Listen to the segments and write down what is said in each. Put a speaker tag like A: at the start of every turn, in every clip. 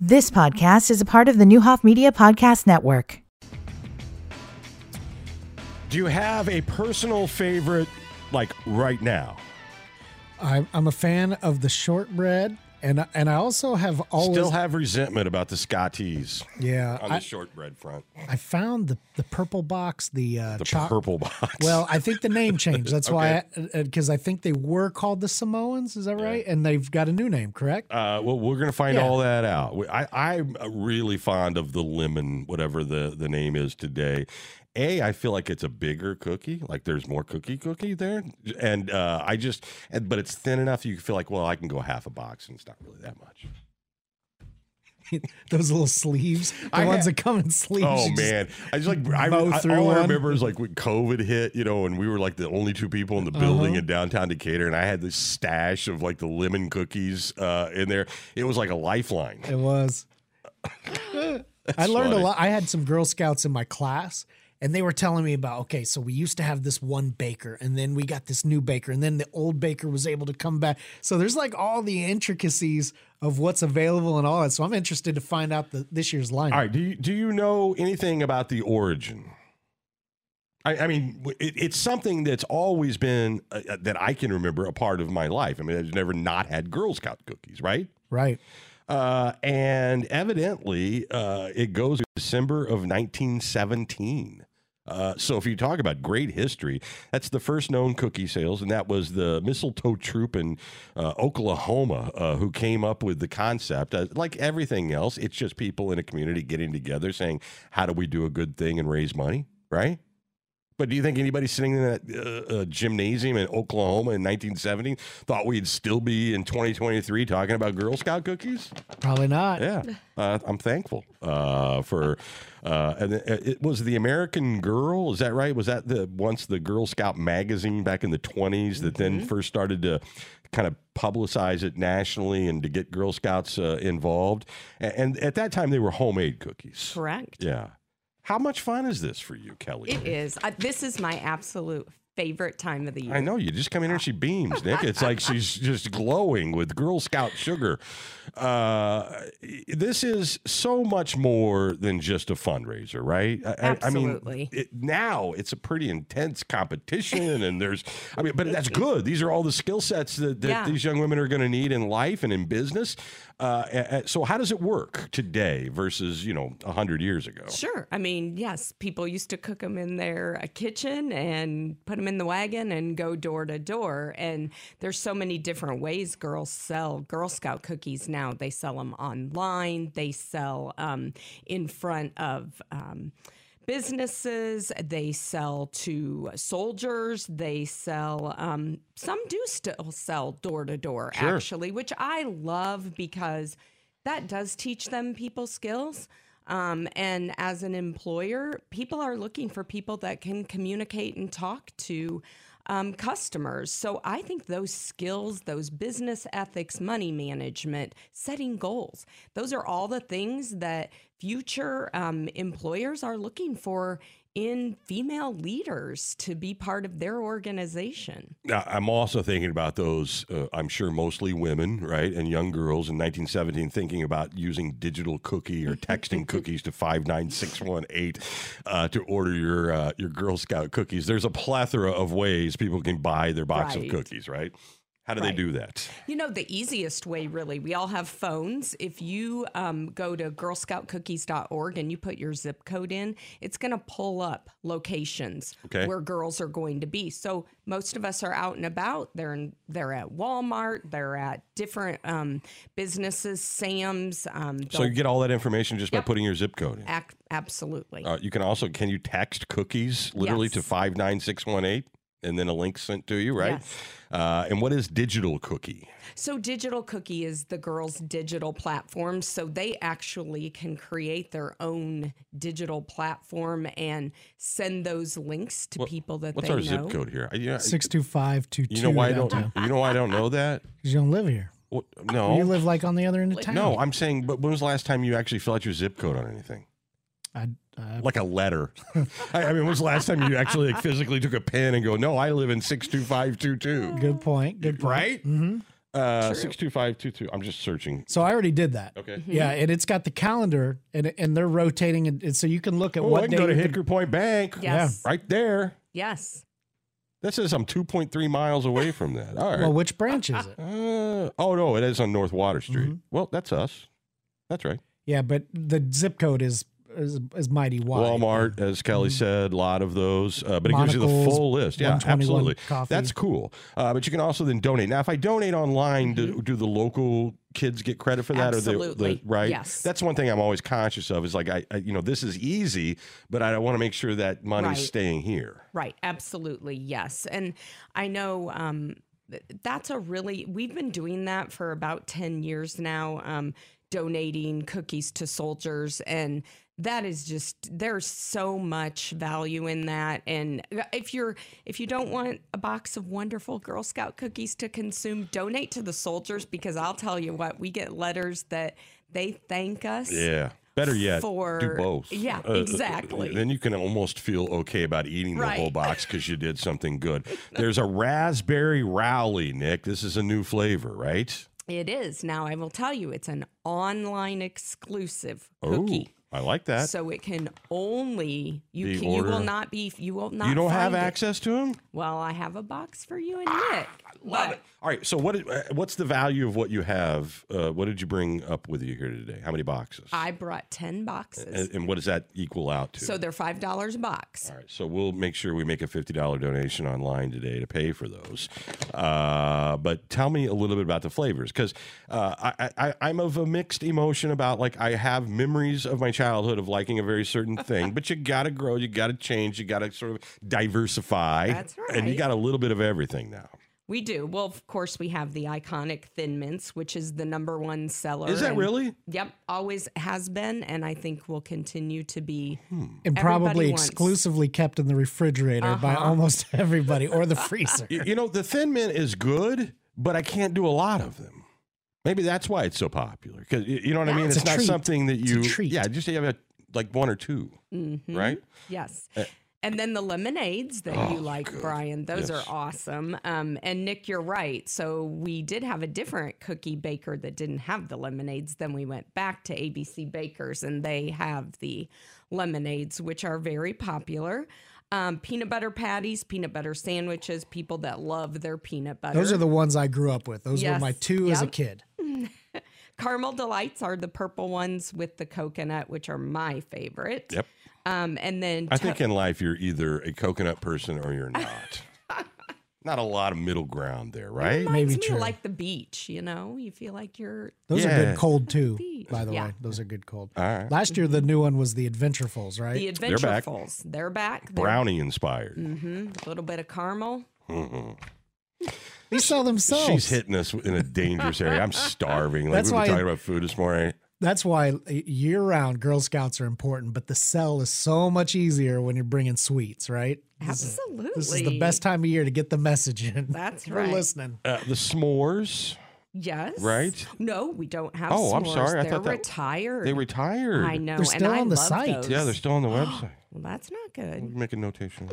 A: This podcast is a part of the Newhoff Media Podcast Network.
B: Do you have a personal favorite, like right now?
C: I'm, I'm a fan of the shortbread, and and I also have always
B: Still have resentment about the Scotties
C: yeah.
B: on the
C: I,
B: shortbread front.
C: I found the the purple box, the uh,
B: The
C: choc-
B: purple box.
C: Well, I think the name changed. That's why, because I think they were called the Samoans. Is that right? And they've got a new name, correct?
B: uh, well, we're gonna find
C: Yeah.
B: all that out. We- I, I'm uh, really fond of the lemon, whatever the the name is today. A, I feel like it's a bigger cookie. Like there's more cookie cookie there, and uh, I just, and, but it's thin enough you feel like, well, I can go half a box, and it's not really that much.
C: Those little sleeves, the
B: I
C: ones
B: had-
C: that come in sleeves.
B: Oh
C: you just-
B: man, I just like I,
C: mow
B: I-
C: through
B: all I
C: one.
B: remember is like when COVID hit, you know, and we were like the only two people in the building in downtown Decatur, and I had this stash of like the lemon cookies uh, in there. It was like a lifeline.
C: It was. I learned
B: funny.
C: a lot. I had some Girl Scouts in my class, and they were telling me about okay, so we used to have this one baker, and then we got this new baker, and then the old baker was able to come back. So there's like all the intricacies of what's available and all that. So I'm interested to find out the, this year's lineup.
B: All right, do you, do you know anything about the origin? I, I mean, w- it, it's something that's always been uh, uh, that I can remember a part of my life. I mean, I've never not had Girl Scout cookies, right?
C: Right.
B: Uh, and evidently, uh, it goes to December of 1917. Uh, so if you talk about great history, that's the first known cookie sales, and that was the mistletoe troop in uh, Oklahoma uh, who came up with the concept. Uh, like everything else, it's just people in a community getting together, saying, "How do we do a good thing and raise money?" Right? But do you think anybody sitting in that uh, uh, gymnasium in Oklahoma in 1970 thought we'd still be in 2023 talking about Girl Scout cookies?
C: Probably not.
B: Yeah, uh, I'm thankful uh, for. Uh, and it, it was the American Girl. Is that right? Was that the once the Girl Scout magazine back in the 20s that
D: Mm-hmm.
B: then first started to kind of publicize it nationally and to get Girl Scouts uh, involved? And, and at that time, they were homemade cookies.
D: Correct.
B: Yeah. How much fun is this for you, Kelly?
D: It is. I, this is my absolute favorite time of the year.
B: I know you just come in here. She beams, Nick. It's like she's just glowing with Girl Scout sugar. Uh, this is so much more than just a fundraiser, right? I- I, I mean,
D: Absolutely.
B: it, now it's a pretty intense competition, and there's, I mean, but that's good. These are all the skill sets that, that
D: Yeah.
B: these young women are going to need in life and in business. Uh, a- a- so, how does it work today versus you know hundred years ago?
D: Sure. I mean, yes, people used to cook them in their uh, kitchen and put them in the wagon and go door to door. And there's so many different ways girls sell Girl Scout cookies now. They sell them online, they sell um, in front of. Um, Businesses, they sell to soldiers, they sell, um, some do still sell door to door,
B: Sure.
D: actually, which I love because that does teach them people skills. Um, and as an employer, people are looking for people that can communicate and talk to um, customers. So I think those skills, those business ethics, money management, setting goals, those are all the things that future um, employers are looking for in female leaders to be part of their organization.
B: Now, I'm also thinking about those, uh, I'm sure mostly women, right, and young girls in 1917 thinking about using digital cookie or texting cookies to 59618 uh, to order your, uh, your Girl Scout cookies. There's a plethora of ways people can buy their box of
D: Right.
B: cookies, right? How do they
D: Right.
B: do that?
D: You know, the easiest way, really, we all have phones. If you um, go to girlscoutcookies.org and you put your zip code in, it's going to pull up locations
B: Okay.
D: where girls are going to be. So most of us are out and about. They're in, they're at Walmart. They're at different um, businesses, Sam's. Um,
B: So you get all that information just by putting your zip code in.
D: ac- absolutely.
B: Uh, you can also, can you text cookies literally to
D: Yes.
B: 59618 and then a link sent to you, right?
D: Yes.
B: Uh, and what is digital cookie?
D: So, Digital Cookie is the girls' digital platform. So, they actually can create their own digital platform and send those links to people that
B: What's
D: they
B: our
D: know.
B: zip code here? I- you know,
C: Six two five two two.
B: You know why I don't? You know why I don't know that?
C: you don't live here.
B: Well,
C: You
B: no,
C: live like on the other end of town.
B: no. I'm saying, but when was the last time you actually filled out your zip code on anything?
C: I, uh, I,
B: Like a letter. I, I mean, when was the last time you actually like, physically took a pen and go, "No, I live in six two five two two.
C: good point. Good point.
B: Right?
C: hmm
B: Uh,
D: True. Mm-hmm.
B: 62522. I'm just searching.
C: So I already did that.
B: Okay.
C: Mm-hmm. Yeah, and it's got the calendar, and and they're rotating, and, and so you can look at
B: Oh,
C: what
B: I
C: day
B: can go to
C: you
B: Hickory Point Bank.
D: Yes.
B: Right there.
D: Yes.
B: That says I'm 2.3 miles away from that. All right.
C: Well, which branch is it?
B: Uh, oh no, it is on North Water Street.
C: Mm-hmm.
B: Well, that's us. That's right.
C: Yeah, but the zip code is is, is mighty wide.
B: Walmart, as Kelly said, a lot of those, uh, but it gives you the
C: Mm-hmm. Monocles,
B: full list. Yeah,
C: 121
B: absolutely.
C: coffee.
B: That's cool. Uh, but you can also then donate. Now, if I donate online,
C: Mm-hmm.
B: do, do the local kids get credit for that, or the, the
D: Absolutely.
B: right?
D: Yes.
B: That's one thing I'm always conscious of. Is like I, I you know, this is easy, but I want to make sure that money's
D: Right.
B: staying here.
D: Right, absolutely, yes. And I know um, th- that's a really, we've been doing that for about 10 years now, um, donating cookies to soldiers. And that is just, there's so much value in that. And uh, if you're, if you don't want a box of wonderful Girl Scout cookies to consume, donate to the soldiers because I'll tell you what, we get letters that they thank us.
B: Yeah. Better yet, do
D: For-
B: both. Uh,
D: yeah, exactly.
B: Then you can almost feel okay about eating the
D: Right.
B: whole box because you did something good. There's a raspberry rowley, Nick. This is a new flavor, right?
D: It is. Now, I will tell you, it's an online exclusive
B: Oh,
D: cookie.
B: I like that.
D: So it can only
B: Be
D: you can, you will
B: order-
D: not be you will not.
B: you don't have
D: find it.
B: access to them?
D: Well, I have a box for you and Nick.
B: Love
D: but
B: it. All right. So what? uh, What's the value of what you have? Uh, what did you bring up with you here today? How many boxes?
D: I brought ten boxes,
B: and, and what does that equal out to?
D: Uh, so they're five dollars a box.
B: All right, so we'll make sure we make a fifty dollar donation online today to pay for those. Uh, but tell me a little bit about the flavors because uh, I, I I'm of a mixed emotion about like I have memories of my childhood of liking a very certain thing, but you got to grow, you got to change, you got to sort of diversify.
D: That's
B: And you
D: right.
B: got a little bit of everything now.
D: We do. Well, of course, we have the iconic Thin Mints, which is the number one seller.
B: Is that
D: and-
B: really?
D: Yep, always has been, and I think will continue to be.
B: Hmm.
C: and probably
D: Everybody wants. Uh-huh.
C: exclusively kept in the refrigerator by almost everybody or the freezer.
B: Y- You know, the Thin Mint is good, but I can't do a lot of them. Maybe that's why it's so popular. Because you know what I mean.
C: it's
B: It's,
C: a
B: not
C: treat.
B: something that
C: It's a
B: you.
C: treat. Mm-hmm.
B: Yeah, just have a, like one or 2
D: Mhm.
B: right?
D: Yes.
B: Uh,
D: and then the lemonades that
B: Oh,
D: you like,
B: good.
D: Brian, those
B: Yes.
D: are awesome. Um, and Nick, you're right. So we did have a different cookie baker that didn't have the lemonades. Then we went back to ABC Bakers and they have the lemonades, which are very popular. Um, peanut butter patties, peanut butter sandwiches, people that love their peanut butter.
C: Those are the ones I grew up with. Those were
D: Yes.
C: my two as a
D: Yep.
C: kid.
D: Caramel Delights are the purple ones with the coconut, which are my favorite.
B: Yep.
D: Um, and then
B: I
D: to-
B: think in life you're either a coconut person or you're not. not a lot of middle ground there, right?
D: reminds
C: Maybe
D: me
C: true.
D: of like the beach, you know? You feel like you're
C: Those are
B: Yeah.
C: good cold too,
D: Beach.
C: by the
D: Yeah.
C: way. Those are good cold.
B: All right.
C: Last year the new one was the Adventurefuls, right?
D: the
B: They're back.
D: Adventurefuls. They're back. They're
B: Brownie inspired.
C: Mm.
D: hmm A little bit of caramel.
C: they sell themselves.
B: She's hitting us in a dangerous area. I'm starving. Like
C: That's
B: we were
C: why-
B: talking about food this morning.
C: That's why year round Girl Scouts are important, but the sell is so much easier when you're bringing sweets, right? This is-
D: Absolutely.
C: This is the best time of year to get the message in.
D: That's
C: We're
D: right.
C: listening.
B: Uh, the s'mores.
D: Yes.
B: Right?
D: No, we don't have.
B: Oh,
D: s'mores.
B: I'm sorry. I
D: They're
B: thought that-
D: retired.
B: They retired.
D: I know.
C: They're still
D: and I
C: on the
D: love
C: site.
D: Those.
B: Yeah, they're Mm. still on the website.
D: Well, that's not good.
B: Make a notation.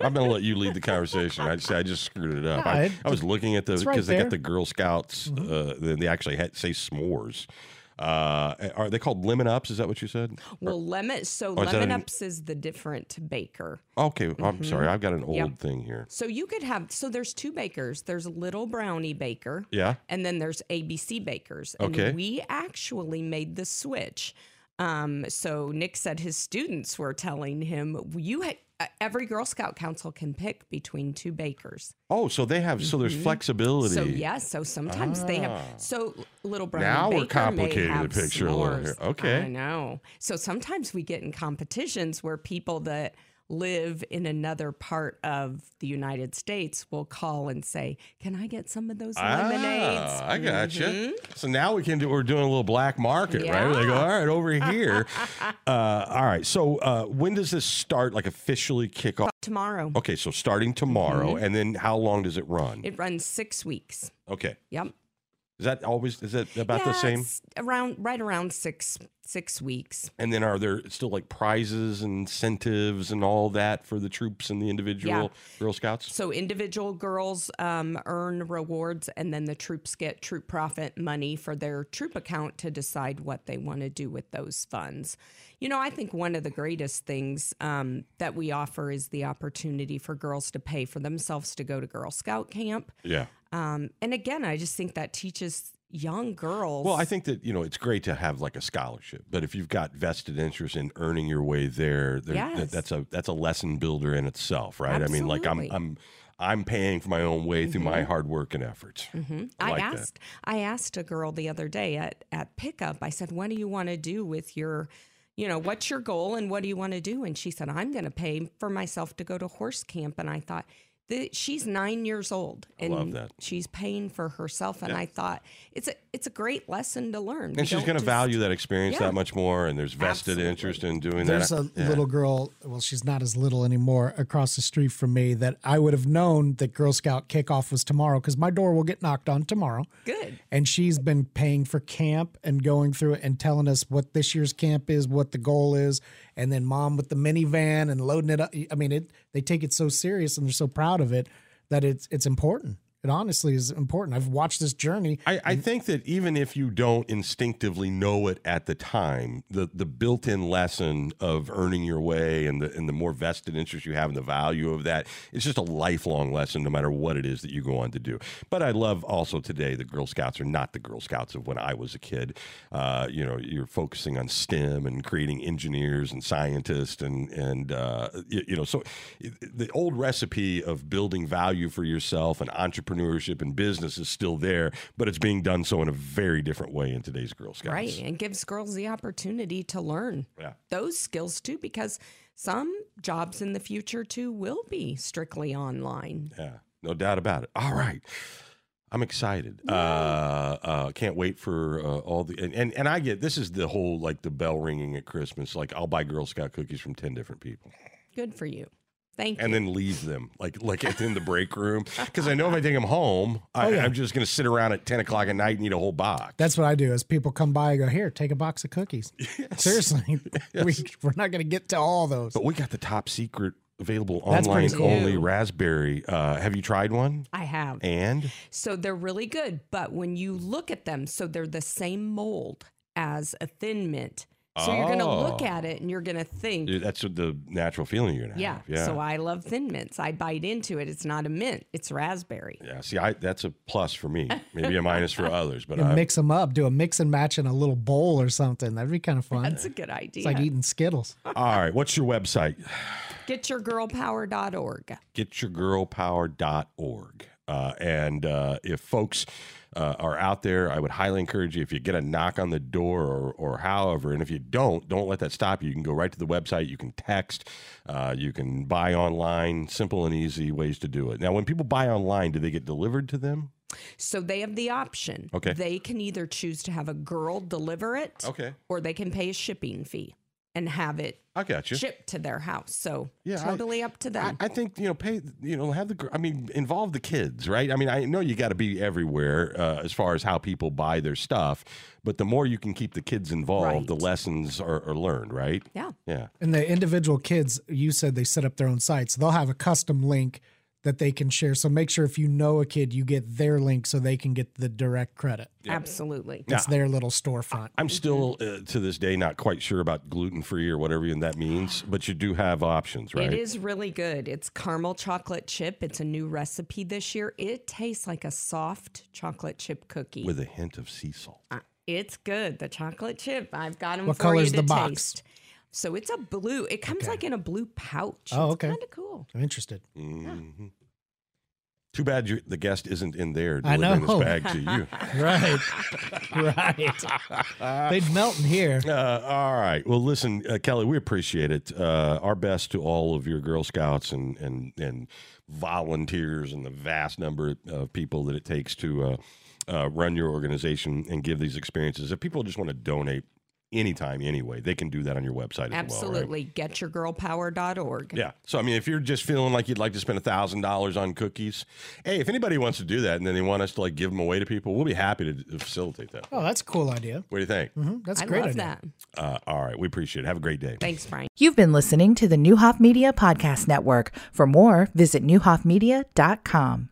B: I'm gonna let you lead the conversation. I just, I just screwed it up.
C: No,
B: I,
C: it-
B: I was looking at the because
C: right
B: they got
C: there. Mm-hmm.
B: the Girl Scouts. Uh, they, they actually had, say s'mores. Uh, are they called lemon ups? Is that what you said?
D: Well, lemon. So
B: Oh, is that
D: lemon
B: an-
D: ups is the different baker.
B: Okay, I'm sorry. I've got an old
D: Mm-hmm. Yep.
B: thing here.
D: So you could have. So there's two bakers. There's Little Brownie Baker.
B: Yeah.
D: and then there's ABC Bakers. And
B: Okay.
D: we actually made the switch. Um, so Nick said his students were telling him, "You ha- uh, every Girl Scout council can pick between two bakers."
B: Oh, so they have. So there's flexibility.
D: Mm-hmm. So yes, so sometimes they
B: Ah.
D: have. So little Brownie
B: Now we're
D: Baker
B: complicating the
D: may have
B: picture a little here.
D: s'mores.
B: Okay.
D: I know. So sometimes we get in competitions where people that live in another part of the United States will call and say, "Can I get some of those lemonades?" Mm-hmm.
B: Ah, I gotcha. So now we can do. We're doing a little black market, right? Like,
D: Yeah.
B: all right, over here. uh, all right. So uh, when does this start? Like officially kick off?
D: Tomorrow.
B: Okay, so
D: Mm-hmm.
B: starting tomorrow, and then how long does it run?
D: It runs six weeks.
B: okay.
D: Yep.
B: Is that always is it about the
D: Yeah,
B: same?
D: it's Around right around six six weeks.
B: And then are there still like prizes and incentives and all that for the troops and the individual Girl Scouts?
D: So individual girls um, earn rewards, and then the troops get troop profit money for their troop account to decide what they want to do with those funds. You know, I think one of the greatest things um, that we offer is the opportunity for girls to pay for themselves to go to Girl Scout camp.
B: Yeah.
D: Um, and again, I just think that teaches young girls.
B: Well, I think that you know it's great to have like a scholarship, but if you've got vested interest in earning your way there, there that-
D: Yes.
B: that's a that's a lesson builder in itself, right? I mean, like I'm
D: Absolutely. Mm-hmm.
B: I'm I'm paying for my own way through my hard work and efforts.
D: Mhm.
B: I
D: I,
B: like that.
D: asked I asked a girl the other day at at pickup. I said, "What do you want to do with your, you know, what's your goal and what do you want to do?" And she said, "I'm going to pay for myself to go to horse camp." And I thought, the, she's nine years old and
B: love that.
D: she's paying for herself. And I thought it's a it's a great lesson to learn. We
B: And she's
D: don't
B: going to
D: just-
B: value that experience
D: Yeah.
B: that much more, and there's vested
D: Absolutely.
B: interest in doing
C: There's
B: that.
C: a little girl, well, she's not as little anymore, across the street from me that I would have known that Girl Scout kickoff was tomorrow because my door will get knocked on tomorrow.
D: good.
C: And she's been paying for camp and going through it and telling us what this year's camp is, what the goal is, and then mom with the minivan and loading it up. I mean, it they take it so serious and they're so proud of it that it's it's important. It honestly is important. I've watched this journey.
B: I, I think that even if you don't instinctively know it at the time, the, the built-in lesson of earning your way and the and the more vested interest you have in the value of that, it's just a lifelong lesson, no matter what it is that you go on to do. But I love also today the Girl Scouts are not the Girl Scouts of when I was a kid. Uh, you know, you're focusing on STEM and creating engineers and scientists and and uh, you, you know, so the old recipe of building value for yourself and entrepreneurship and business is still there, but it's being done so in a very different way in today's Girl Scouts.
D: Right. And gives girls the opportunity to learn
B: Yeah.
D: those skills too, because some jobs in the future too will be strictly online.
B: Yeah. No doubt about it. All right. I'm excited. Uh, uh, can't wait for uh, all the and, and and I get this is the whole like the bell ringing at Christmas. Like I'll buy Girl Scout cookies from ten different people.
D: Good for you. Thank
B: and
D: you.
B: then leave them like like at- in the break room because I know if I take them home, I,
C: Oh, yeah.
B: I'm just gonna sit around at ten o'clock at night and eat a whole box.
C: That's what I do. Is people come by, I go here, take a box of cookies. Seriously, we, we're not going to get to all those.
B: but we got the top secret available
C: That's
B: online
C: pretty
D: cool.
B: only
D: Ew.
B: raspberry. Uh, have you tried one?
D: I have.
B: And
D: So they're really good, but when you look at them, so they're the same mold as a thin mint. So you're going to look
B: Oh.
D: at it and you're going to think,
B: dude, that's the natural feeling you're gonna
D: yeah,
B: have. Yeah.
D: so I love thin mints. I bite into it. It's not a mint, it's raspberry.
B: yeah. See, I that's a plus for me. Maybe a minus for others, but
C: and
B: I,
C: mix them up. Do a mix and match in a little bowl or something. That'd be kind of fun.
D: That's
C: It's
D: a good idea.
C: like eating Skittles.
B: all right. What's your website?
D: GetYourGirlPower.org.
B: getyourgirlpower.org. Uh, and uh, if folks uh, are out there, I would highly encourage you if you get a knock on the door or, or however, and if you don't, don't let that stop you. You can go right to the website, you can text, uh, you can buy online, simple and easy ways to do it. Now, when people buy online, do they get delivered to them?
D: So they have the option.
B: Okay.
D: They can either choose to have a girl deliver it
B: Okay.
D: or they can pay a shipping fee and have it
B: I got you.
D: shipped to their house. So
B: Yeah, I-
D: totally up to them.
B: I, I think you know, pay you know, have the. gr- I mean, involve the kids, right? I mean, I know you got to be everywhere uh, as far as how people buy their stuff, but the more you can keep the kids involved,
D: Right.
B: the lessons are, are learned, right?
D: yeah.
B: Yeah.
C: And the individual kids, you said they set up their own sites. They'll have a custom link that they can share. So make sure if you know a kid, you get their link so they can get the direct credit.
D: Absolutely.
C: It's their little storefront.
B: I'm still uh, to this day not quite sure about gluten free or whatever that means, but you do have options, right?
D: It is really good. It's caramel chocolate chip. It's a new recipe this year. It tastes like a soft chocolate chip cookie.
B: With a hint of sea salt.
D: Uh, it's good. The chocolate chip. I've got them
C: What
D: for
C: color's
D: you to
C: the box?
D: taste. So it's a blue. It comes like in a blue pouch.
C: Oh,
D: it's
C: okay.
D: Kind of cool.
C: I'm interested.
B: Mhm. Too bad you, the guest isn't in there
C: I
B: delivering
C: know.
B: this bag to you.
C: Right. right. They'd melt in here.
B: Uh, all right. Well, listen, uh, Kelly, we appreciate it. Uh, our best to all of your Girl Scouts and and and volunteers and the vast number of people that it takes to uh, uh, run your organization and give these experiences. If people just want to donate anytime, anyway. They can do that on your website as well. right?
D: Absolutely. GetYourGirlPower.org.
B: Yeah. So I mean, if you're just feeling like you'd like to spend a thousand dollars on cookies, hey, if anybody wants to do that and then they want us to like give them away to people, we'll be happy to facilitate that.
C: Oh, that's a cool idea.
B: What do you think?
C: hmm That's a
D: I
C: great
D: love
C: idea.
D: that.
B: Uh, all right, we appreciate it. Have a great day.
D: Thanks, Brian.
A: You've been listening to the Newhoff Media Podcast Network. For more, visit newhoffmedia.com.